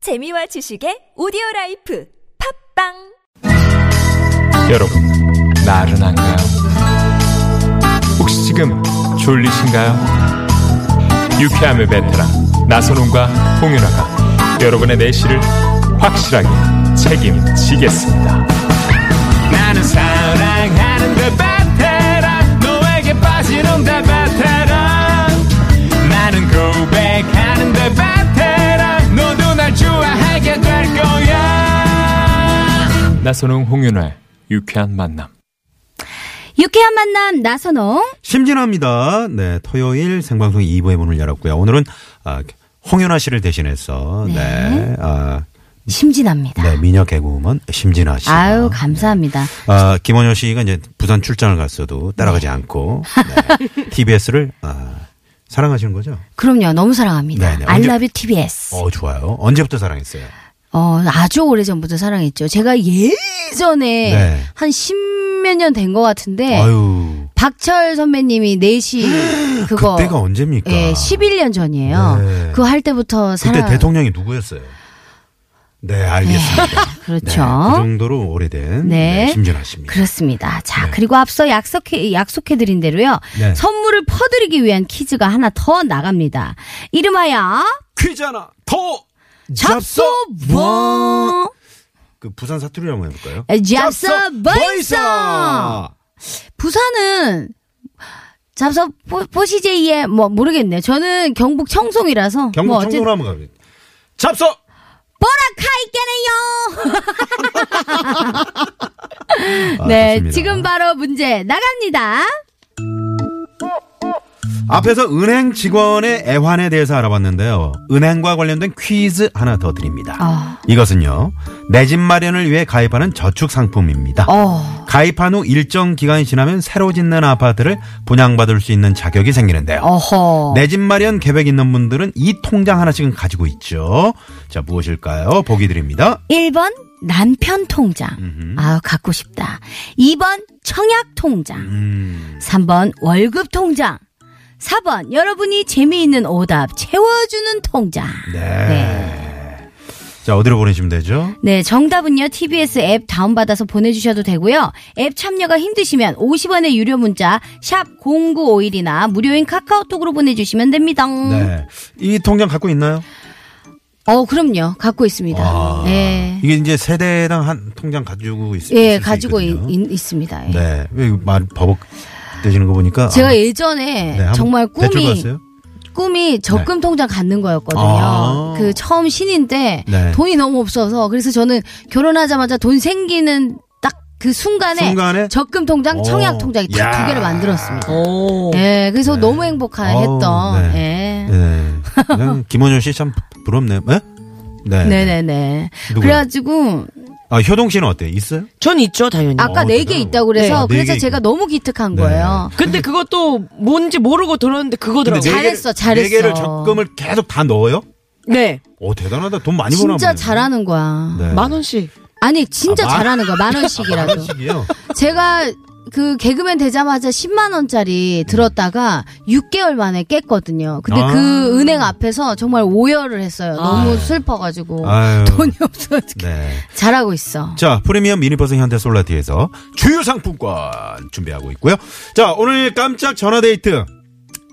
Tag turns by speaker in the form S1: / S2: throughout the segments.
S1: 재미와 지식의 오디오 라이프 팝빵
S2: 여러분, 나른한가요? 혹시 지금 졸리신가요? 유쾌함의 베테랑 나선홍과 홍윤아가 여러분의 내실을 확실하게 책임지겠습니다. 나는 사랑하는데 그 베테랑 너에게 빠지는데 베테랑 나는 고백하는데 베테랑 너도 날 좋아하게 될 거야. 나선홍 홍윤아의 유쾌한 만남.
S3: 유쾌한 만남 나선홍.
S4: 심진아입니다. 네, 토요일 생방송 2부의 문을 열었고요. 오늘은 아, 홍윤아 씨를 대신해서 네, 아,
S3: 심진합니다.
S4: 네 미녀 개그우먼 심진아 씨.
S3: 아유 감사합니다.
S4: 아, 김원효 씨가 이제 부산 출장을 갔어도 따라가지 않고 네, TBS를 아, 사랑하시는 거죠?
S3: 그럼요 너무 사랑합니다.
S4: 네네,
S3: I
S4: 언제-
S3: love you TBS. 어.
S4: 어, 좋아요. 언제부터 사랑했어요?
S3: 아주 오래 전부터 사랑했죠. 제가 예전에
S4: 네.
S3: 한 십몇 년 된 것 같은데
S4: 아유, 아,
S3: 박철 선배님이 4시 그거
S4: 그때가 언제입니까?
S3: 예, 11년 전이에요.
S4: 네.
S3: 그거 할 때부터
S4: 그때
S3: 사랑
S4: 대통령이 누구였어요? 네, 알겠습니다. 네,
S3: 그렇죠.
S4: 그 정도로 오래된
S3: 네.
S4: 네, 심진아 씨입니다.
S3: 그렇습니다. 자, 그리고 앞서 약속해, 약속해드린 대로요.
S4: 네.
S3: 선물을 퍼드리기 위한 퀴즈가 하나 더 나갑니다. 이름하여
S4: 퀴즈나 더
S3: 잡소 뭐
S4: 그 부산 사투리로 한번 해볼까요?
S3: 잡소 보이소 부산은 잡소 보시제이에 뭐 모르겠네요. 저는 경북 청송이라서
S4: 경북
S3: 뭐 어쨌든
S4: 청도로 한번 가볼게요. 잡소
S3: 보라카이께네요. 네, 지금 바로 문제 나갑니다.
S4: 앞에서 은행 직원의 애환에 대해서 알아봤는데요. 은행과 관련된 퀴즈 하나 더 드립니다.
S3: 아.
S4: 이것은요. 내 집 마련을 위해 가입하는 저축 상품입니다.
S3: 어,
S4: 가입한 후 일정 기간이 지나면 새로 짓는 아파트를 분양받을 수 있는 자격이 생기는데요.
S3: 어허.
S4: 내 집 마련 계획 있는 분들은 이 통장 하나씩은 가지고 있죠. 자, 무엇일까요? 보기 드립니다.
S3: 1번 남편 통장. 아우, 갖고 싶다. 2번 청약 통장.
S4: 음.
S3: 3번 월급 통장. 4번 여러분이 재미있는 오답 채워주는 통장.
S4: 네.
S3: 네.
S4: 자, 어디로 보내시면 되죠?
S3: 네, 정답은요. TBS 앱 다운받아서 보내주셔도 되고요. 앱 참여가 힘드시면 50원의 유료 문자 샵 0951이나 무료인 카카오톡으로 보내주시면 됩니다.
S4: 네. 이 통장 갖고 있나요?
S3: 어, 그럼요. 갖고 있습니다. 네.
S4: 아, 이게 이제 세대당 한 통장 가지고 있어요.
S3: 예, 가지고 있, 있, 습니다 예.
S4: 네. 왜말 버벅 되시는 거 보니까.
S3: 제가
S4: 아,
S3: 예전에
S4: 네, 한번
S3: 정말
S4: 대출
S3: 꿈이
S4: 받았어요? 네.
S3: 꿈이 적금 통장 갖는 거였거든요.
S4: 아.
S3: 그 처음 신인데
S4: 네.
S3: 돈이 너무 없어서 그래서 저는 결혼하자마자 돈 생기는 딱 그 순간에,
S4: 순간에?
S3: 적금 통장, 청약
S4: 오.
S3: 통장이 딱
S4: 야. 네.
S3: 두 개를 만들었습니다. 예, 그래서 너무 행복했던.
S4: 어우,
S3: 네. 예.
S4: 네. 그냥 김원효 씨 참 부럽네요. 네? 네.
S3: 네네네.
S4: 누구요?
S3: 그래가지고
S4: 아, 효동 씨는 어때요? 있어요?
S5: 전 있죠, 당연히.
S3: 아까
S4: 어,
S3: 네 개
S4: 대단하다.
S3: 있다고 그래서
S4: 네.
S3: 그래서
S4: 네개
S3: 제가 너무 기특한
S4: 네.
S3: 거예요.
S5: 근데 그것도 뭔지 모르고
S4: 근데
S5: 들었는데 그거더라고요.
S4: 네 개를-
S3: 잘했어, 잘했어.
S4: 네 개를 적금을 계속 다 넣어요?
S5: 네.
S4: 오, 대단하다. 돈 많이 버나
S3: 진짜
S4: 보네요.
S3: 잘하는 거야.
S4: 네.
S5: 만 원씩.
S3: 아니 진짜
S4: 아, 만-
S3: 잘하는 거야. 만
S4: 아,
S3: 원씩이라도.
S4: 만원씩이요?
S3: 제가 그 개그맨 되자마자 10만 원짜리 들었다가 6개월 만에 깼거든요. 근데
S4: 아.
S3: 그 은행 앞에서 정말 오열을 했어요. 너무
S5: 아유.
S3: 슬퍼가지고
S4: 아유.
S3: 돈이 없어.
S4: 네.
S3: 잘하고 있어.
S4: 자, 프리미엄 미니버스 현대 솔라티에서 주요 상품권 준비하고 있고요. 자, 오늘 깜짝 전화데이트.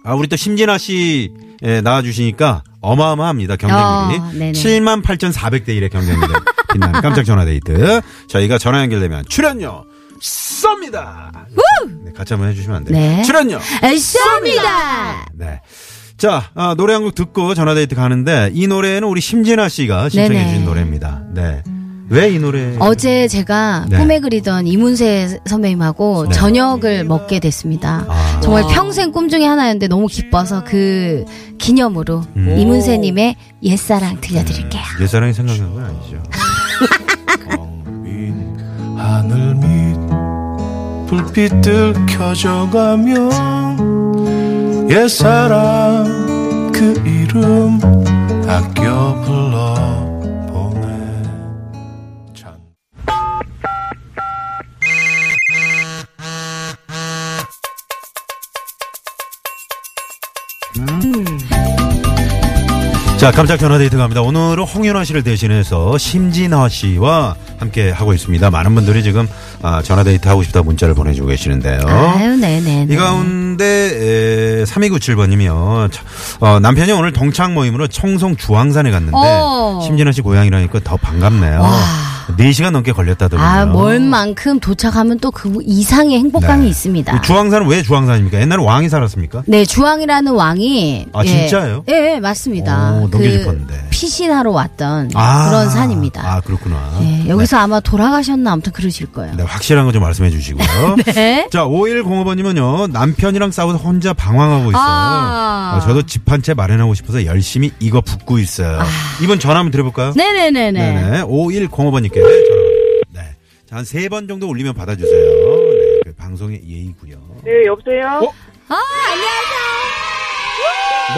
S4: 아, 우리 또 심진아 씨 예, 나와주시니까 어마어마합니다.
S3: 어,
S4: 경쟁률이.
S3: 네네.
S4: 7만 8,400대 1의 경쟁률이 빛나는 깜짝 전화데이트. 저희가 전화 연결되면 출연료 쏩니다. 네, 같이 한번 해주시면 안 돼요.
S3: 네.
S4: 출연료.
S3: 쏩니다.
S4: 네. 자, 아, 노래 한 곡 듣고 전화데이트 가는데 이 노래는 우리 심진아 씨가 신청해주신
S3: 네네.
S4: 노래입니다. 네. 왜 이 노래?
S3: 어제 제가
S4: 네.
S3: 꿈에 그리던 이문세 선배님하고
S4: 네.
S3: 저녁을 먹게 됐습니다.
S4: 아.
S3: 정말 평생 꿈 중에 하나였는데 너무 기뻐서 그 기념으로
S4: 음.
S3: 이문세님의 옛사랑 들려드릴게요.
S4: 예, 옛사랑이 생각나는 건 아니죠.
S6: 빈 하늘 밑 불빛들 켜져가며 옛사랑 그 이름 아껴 불러보네 잔.
S4: 자, 깜짝 전화 데이트 갑니다. 오늘은 홍윤아 씨를 대신해서 심진아 씨와 함께 하고 있습니다. 많은 분들이 지금 아, 전화 데이트 하고 싶다 문자를 보내주고 계시는데요.
S3: 아유, 네네.
S4: 어? 이 가운데 3297번이면 어, 남편이 오늘 동창 모임으로 청송 주황산에 갔는데
S3: 어.
S4: 심진아 씨 고향이라니까 더 반갑네요.
S3: 와.
S4: 네시간 넘게 걸렸다더군요.
S3: 아, 먼 만큼 도착하면 또 그 이상의 행복감이
S4: 네.
S3: 있습니다.
S4: 주황산은 왜 주황산입니까? 옛날에 왕이 살았습니까?
S3: 네, 주황이라는 왕이.
S4: 아, 진짜예요?
S3: 예, 예, 맞습니다. 그
S4: 오, 넘길 뻔했는데.
S3: 피신하러 왔던
S4: 아.
S3: 그런 산입니다.
S4: 아, 그렇구나.
S3: 예, 여기서 아마 돌아가셨나 아무튼 그러실 거예요.
S4: 네, 네, 확실한 거 좀 말씀해 주시고요.
S3: 네.
S4: 자, 5105번님은요, 남편이랑 싸워서 혼자 방황하고 있어요.
S3: 아.
S4: 어, 저도 집 한 채 마련하고 싶어서 열심히 이거 붓고 있어요. 이번 전화 한번 드려볼까요?
S3: 아. 네네네네.
S4: 네네. 5105번님께 전화. 네. 자, 한 세 번 정도 올리면 받아주세요. 네. 그 방송의 예의고요
S7: 네, 여보세요?
S4: 어?
S3: 아,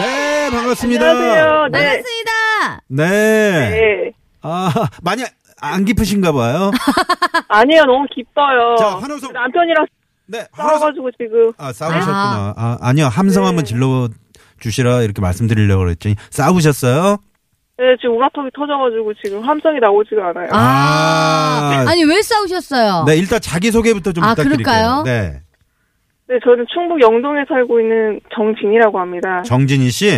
S3: 안녕하세요.
S4: 네, 반갑습니다.
S7: 안녕하세요. 네.
S3: 반갑습니다.
S4: 네.
S7: 네.
S4: 아, 많이 안 깊으신가 봐요.
S7: 아니에요, 너무 기뻐요.
S4: 자, 한호성.
S7: 남편이랑
S4: 네. 하나서-
S7: 싸워가지고 네. 지금.
S4: 아, 싸우셨구나. 아, 아니요. 함성 한번 질러 주시라 이렇게 말씀드리려고 그랬더니 싸우셨어요?
S7: 네, 지금 우라통이 터져가지고 지금 함성이 나오지가 않아요.
S3: 아,
S4: 아.
S3: 아니 왜 싸우셨어요?
S4: 네, 일단 자기 소개부터 좀
S3: 아,
S4: 부탁드릴게요.
S3: 그럴까요?
S4: 네.
S7: 네, 저는 충북 영동에 살고 있는 정진이라고 합니다.
S4: 정진희 씨.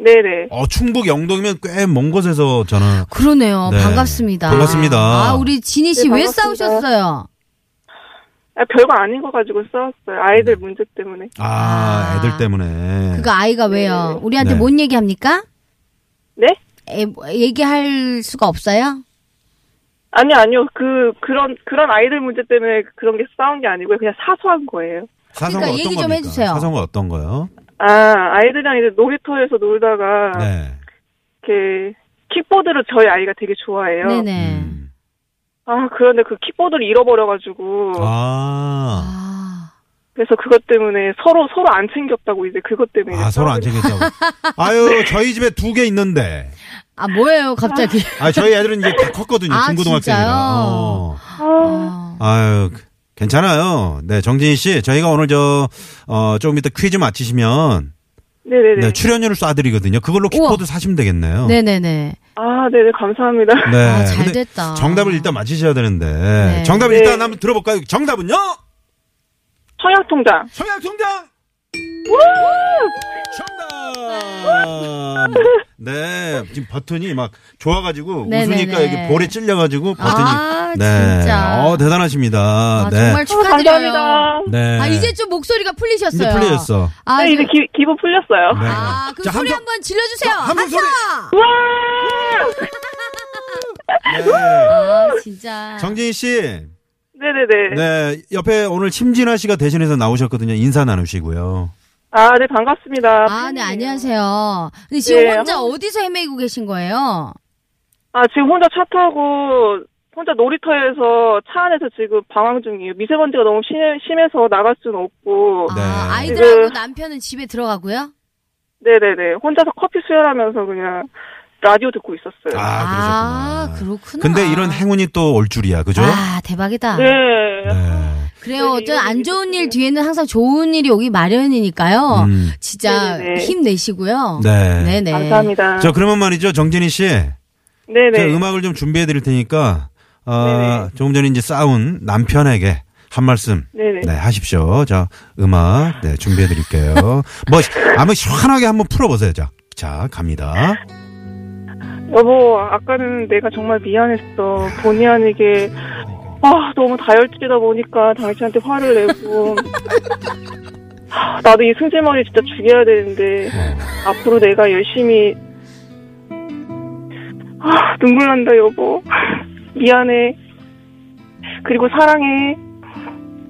S7: 네네.
S4: 어, 충북 영동이면 꽤 먼 곳에서 저는
S3: 그러네요.
S4: 네.
S3: 반갑습니다.
S4: 반갑습니다.
S3: 아, 우리 진희 씨
S7: 네,
S3: 왜
S7: 반갑습니다.
S3: 싸우셨어요?
S7: 아, 별거 아닌 거 가지고 싸웠어요. 아이들
S4: 네.
S7: 문제 때문에.
S4: 아, 애들 때문에.
S3: 그거 아이가 왜요? 우리한테
S4: 네.
S3: 뭔 얘기합니까?
S7: 네?
S3: 에, 뭐, 얘기할 수가 없어요?
S7: 아니요, 아니요. 그, 그런, 그런 아이들 문제 때문에 그런 게 싸운 게 아니고요. 그냥 사소한 거예요.
S4: 사성어
S3: 그러니까
S4: 어떤
S3: 얘기 좀
S4: 겁니까?
S3: 해주세요.
S4: 사성어 어떤 거요?
S7: 아, 아이들이랑 이제 놀이터에서 놀다가,
S4: 네.
S7: 이렇게, 킥보드를 저희 아이가 되게 좋아해요.
S3: 네네.
S4: 음.
S7: 아, 그런데 그 킥보드를 잃어버려가지고,
S4: 아.
S3: 아,
S7: 그래서 그것 때문에 서로, 서로 안 챙겼다고 이제 그것 때문에.
S4: 아,
S7: 이제
S4: 서로 안
S7: 싸우게
S4: 챙겼다고. 아유, 저희 집에 두 개 있는데.
S3: 아 뭐예요 갑자기?
S4: 아, 저희 애들은 이제 다 컸거든요.
S3: 아,
S4: 중고등학생이라.
S3: 진짜요?
S4: 어.
S3: 아,
S4: 아유, 그- 괜찮아요. 네, 정진희 씨, 저희가 오늘 저, 어, 조금 이따 퀴즈 맞히시면,
S7: 네네네.
S4: 네, 출연료를 쏴드리거든요. 그걸로 킥보드
S3: 우와.
S4: 사시면 되겠네요.
S3: 어. 네네네.
S7: 아, 네네, 감사합니다.
S4: 네,
S3: 아, 잘
S4: 근데
S3: 됐다.
S4: 정답을 일단 맞히셔야 되는데.
S3: 네.
S4: 정답을
S7: 네.
S4: 일단 한번 들어볼까요? 정답은요?
S7: 청약통장. 아,
S4: 청약통장! 정답! 네, 지금 버튼이 막 좋아가지고
S3: 네네네.
S4: 웃으니까 여기 볼에 찔려가지고 버튼이.
S3: 아,
S4: 네.
S3: 진짜.
S4: 어, 대단하십니다.
S3: 아,
S4: 네.
S3: 정말
S7: 어,
S3: 축하드려요.
S7: 감사합니다.
S4: 네.
S3: 아 이제 좀 목소리가 풀리셨어요.
S4: 이제 풀리셨어.
S3: 아,
S7: 네,
S3: 그-
S7: 이제 기, 기분 풀렸어요.
S4: 네.
S3: 아, 그럼
S4: 자,
S3: 소리
S4: 함성-
S3: 한번 질러주세요.
S4: 자, 함성
S3: 함성!
S4: 소리! 네.
S3: 아, 진짜.
S4: 정진희 씨.
S7: 네네네.
S4: 네, 옆에 오늘 심진아 씨가 대신해서 나오셨거든요. 인사 나누시고요.
S7: 아, 네, 반갑습니다.
S3: 아, 네, 안녕하세요. 근데 지금
S7: 네,
S3: 혼자 어디서 헤매고 계신 거예요?
S7: 아, 지금 혼자 차 타고, 혼자 놀이터에서 차 안에서 지금 방황 중이에요. 미세먼지가 너무 심, 심해서 나갈 수는 없고.
S4: 네.
S3: 아, 아이들하고
S7: 네.
S3: 남편은 집에 들어가고요?
S7: 네네네. 혼자서 커피 수혈하면서 그냥 라디오 듣고 있었어요.
S4: 아, 그러셨구나.
S3: 그렇구나.
S4: 근데 이런 행운이 또 올 줄이야. 그죠?
S3: 아, 대박이다.
S7: 네.
S4: 네.
S3: 그래요.
S7: 네,
S3: 어쩐 안
S7: 이런
S3: 좋은 일 뒤에는 항상 좋은 일이 오기 마련이니까요.
S4: 음.
S3: 진짜
S7: 네, 네, 네.
S3: 힘내시고요.
S4: 네.
S3: 네네.
S7: 감사합니다.
S4: 자, 그러면 말이죠. 정진희 씨. 제가
S7: 네, 네네.
S4: 음악을 좀 준비해 드릴 테니까 어,
S7: 네네.
S4: 조금 전에 이제 싸운 남편에게 한 말씀
S7: 네네.
S4: 네, 하십시오. 자, 음악 네, 준비해 드릴게요. 뭐 아무 시원하게 한번 풀어 보세요. 자. 자, 갑니다.
S7: 여보, 아까는 내가 정말 미안했어. 본의 아니게. 아, 너무 다혈질이다 보니까 당신한테 화를 내고. 하, 나도 이 승질머리 진짜 죽여야 되는데. 앞으로 내가 열심히. 아, 눈물 난다, 여보. 미안해. 그리고 사랑해.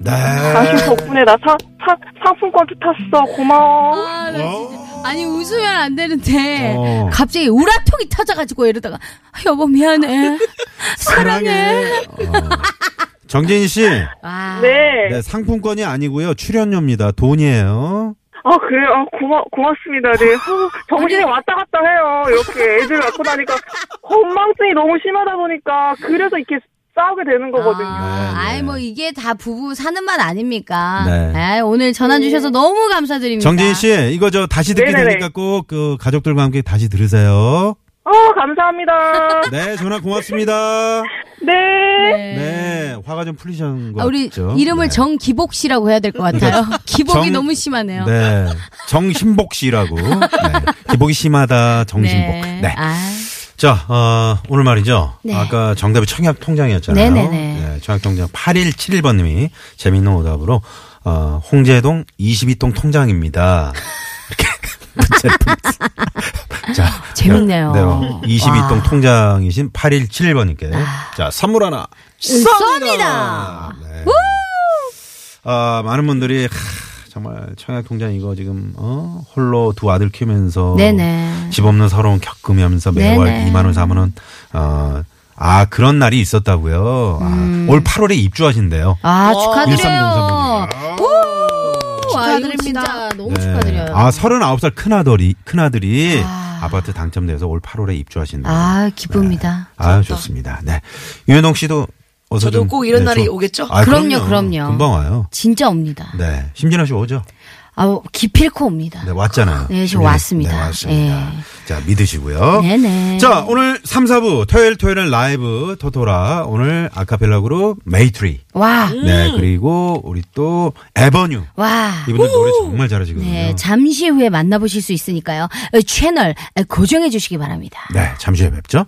S7: 당신
S4: 네.
S7: 덕분에 나 사, 사, 상품권도 탔어. 고마워.
S3: 아, 나 진짜. 아니, 웃으면 안 되는데.
S4: 어.
S3: 갑자기 우라통이 터져가지고 이러다가, 아, 여보, 미안해. 사랑해.
S4: 어. 정진희 씨,
S3: 와.
S7: 네.
S4: 네, 상품권이 아니고요. 출연료입니다. 돈이에요.
S7: 아, 그래요? 아, 고마, 고맙습니다. 네. 어, 정신이 왔다 갔다 해요. 이렇게 애들 낳고 나니까. 건망증이 너무 심하다 보니까. 그래서 이렇게 싸우게 되는 거거든요.
S3: 아,
S4: 네, 네.
S3: 아이 뭐 이게 다 부부 사는 맛 아닙니까?
S4: 네.
S3: 아이, 오늘 전화 주셔서 너무 감사드립니다.
S4: 정진 씨, 이거 저 다시 듣게
S7: 네네네.
S4: 되니까 꼭 그 가족들과 함께 다시 들으세요.
S7: 어, 감사합니다.
S4: 네, 전화 고맙습니다.
S7: 네.
S3: 네.
S4: 네, 화가 좀 풀리신 것
S3: 아, 우리
S4: 같죠?
S3: 이름을
S4: 네.
S3: 정기복 씨라고 해야 될 것 같아요. 기복이
S4: 정-
S3: 너무 심하네요.
S4: 네, 정신복 씨라고. 네. 기복이 심하다, 정신복. 네.
S3: 아,
S4: 자, 어, 오늘 말이죠.
S3: 네.
S4: 아까 정답이 청약 통장이었잖아요.
S3: 네네네.
S4: 네, 청약 통장 8171번 님이 재밌는 오답으로 어, 홍제동 22동 통장입니다. 이렇게 문자를 보냈어요. 자,
S3: 재밌네요. 아.
S4: 네, 22동 통장이신 8171번 님께 자, 선물 하나
S3: 쏩니다.
S4: 네. 아, 많은 분들이 하, 정말 청약 통장 이거 지금 어, 홀로 두 아들 키우면서
S3: 네네.
S4: 집 없는 서러움 겪으면서 매월
S3: 네네.
S4: 2만 원, 4만 원. 어, 아 그런 날이 있었다고요. 아, 올 8월에 입주하신대요.
S3: 음. 아, 축하드려요.
S4: 1303번님.
S3: 오, 축하드립니다. 너무 축하드려요.
S4: 네. 아 39살 큰 아들이 큰 아들이
S3: 아.
S4: 아. 파트 당첨돼서 올 8월에 입주하신대요.
S3: 아, 기쁩니다.
S4: 아 좋습니다. 네, 유현홍 씨도 어서
S5: 저도
S4: 좀-
S5: 꼭 이런
S4: 네,
S5: 날이
S4: 좀-
S5: 오겠죠?
S4: 아,
S3: 그럼요, 그럼요.
S4: 금방 와요.
S3: 진짜 옵니다.
S4: 네, 심진아 씨 오죠?
S3: 아, 기필코 옵니다.
S4: 네, 왔잖아요.
S3: 네, 지금
S4: 우리,
S3: 왔습니다.
S4: 네, 왔습니다. 자, 믿으시고요.
S3: 네네.
S4: 자, 오늘 3, 4부 토요일 토요일은 라이브 토토라 오늘 아카펠라 그룹 메이트리.
S3: 와,
S4: 네, 그리고 우리 또 에버뉴.
S3: 와.
S4: 이분들 노래 정말
S3: 네,
S4: 잘하시거든요. 네,
S3: 잠시 후에 만나보실 수 있으니까요. 어, 채널 어, 고정해 주시기
S4: 네,
S3: 바랍니다.
S4: 잠시 후에 뵙죠.